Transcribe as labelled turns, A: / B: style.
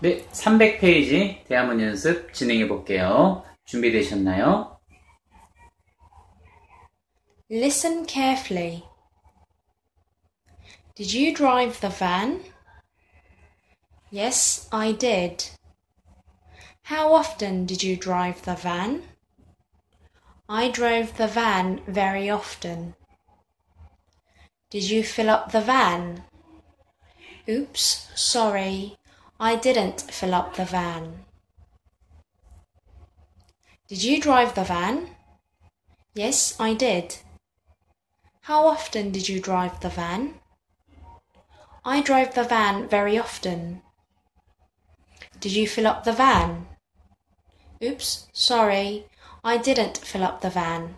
A: 네, 300페이지 대화문 연습 진행해 볼게요. 준비되셨나요?
B: Listen carefully. Did you drive the van? Yes, I did. How often did you drive the van? I drove the van very often. Did you fill up the van? Oops, sorry. I didn't fill up the van. Did you drive the van? Yes, I did. How often did you drive the van? I drove the van very often. Did you fill up the van? Oops, sorry, I didn't fill up the van.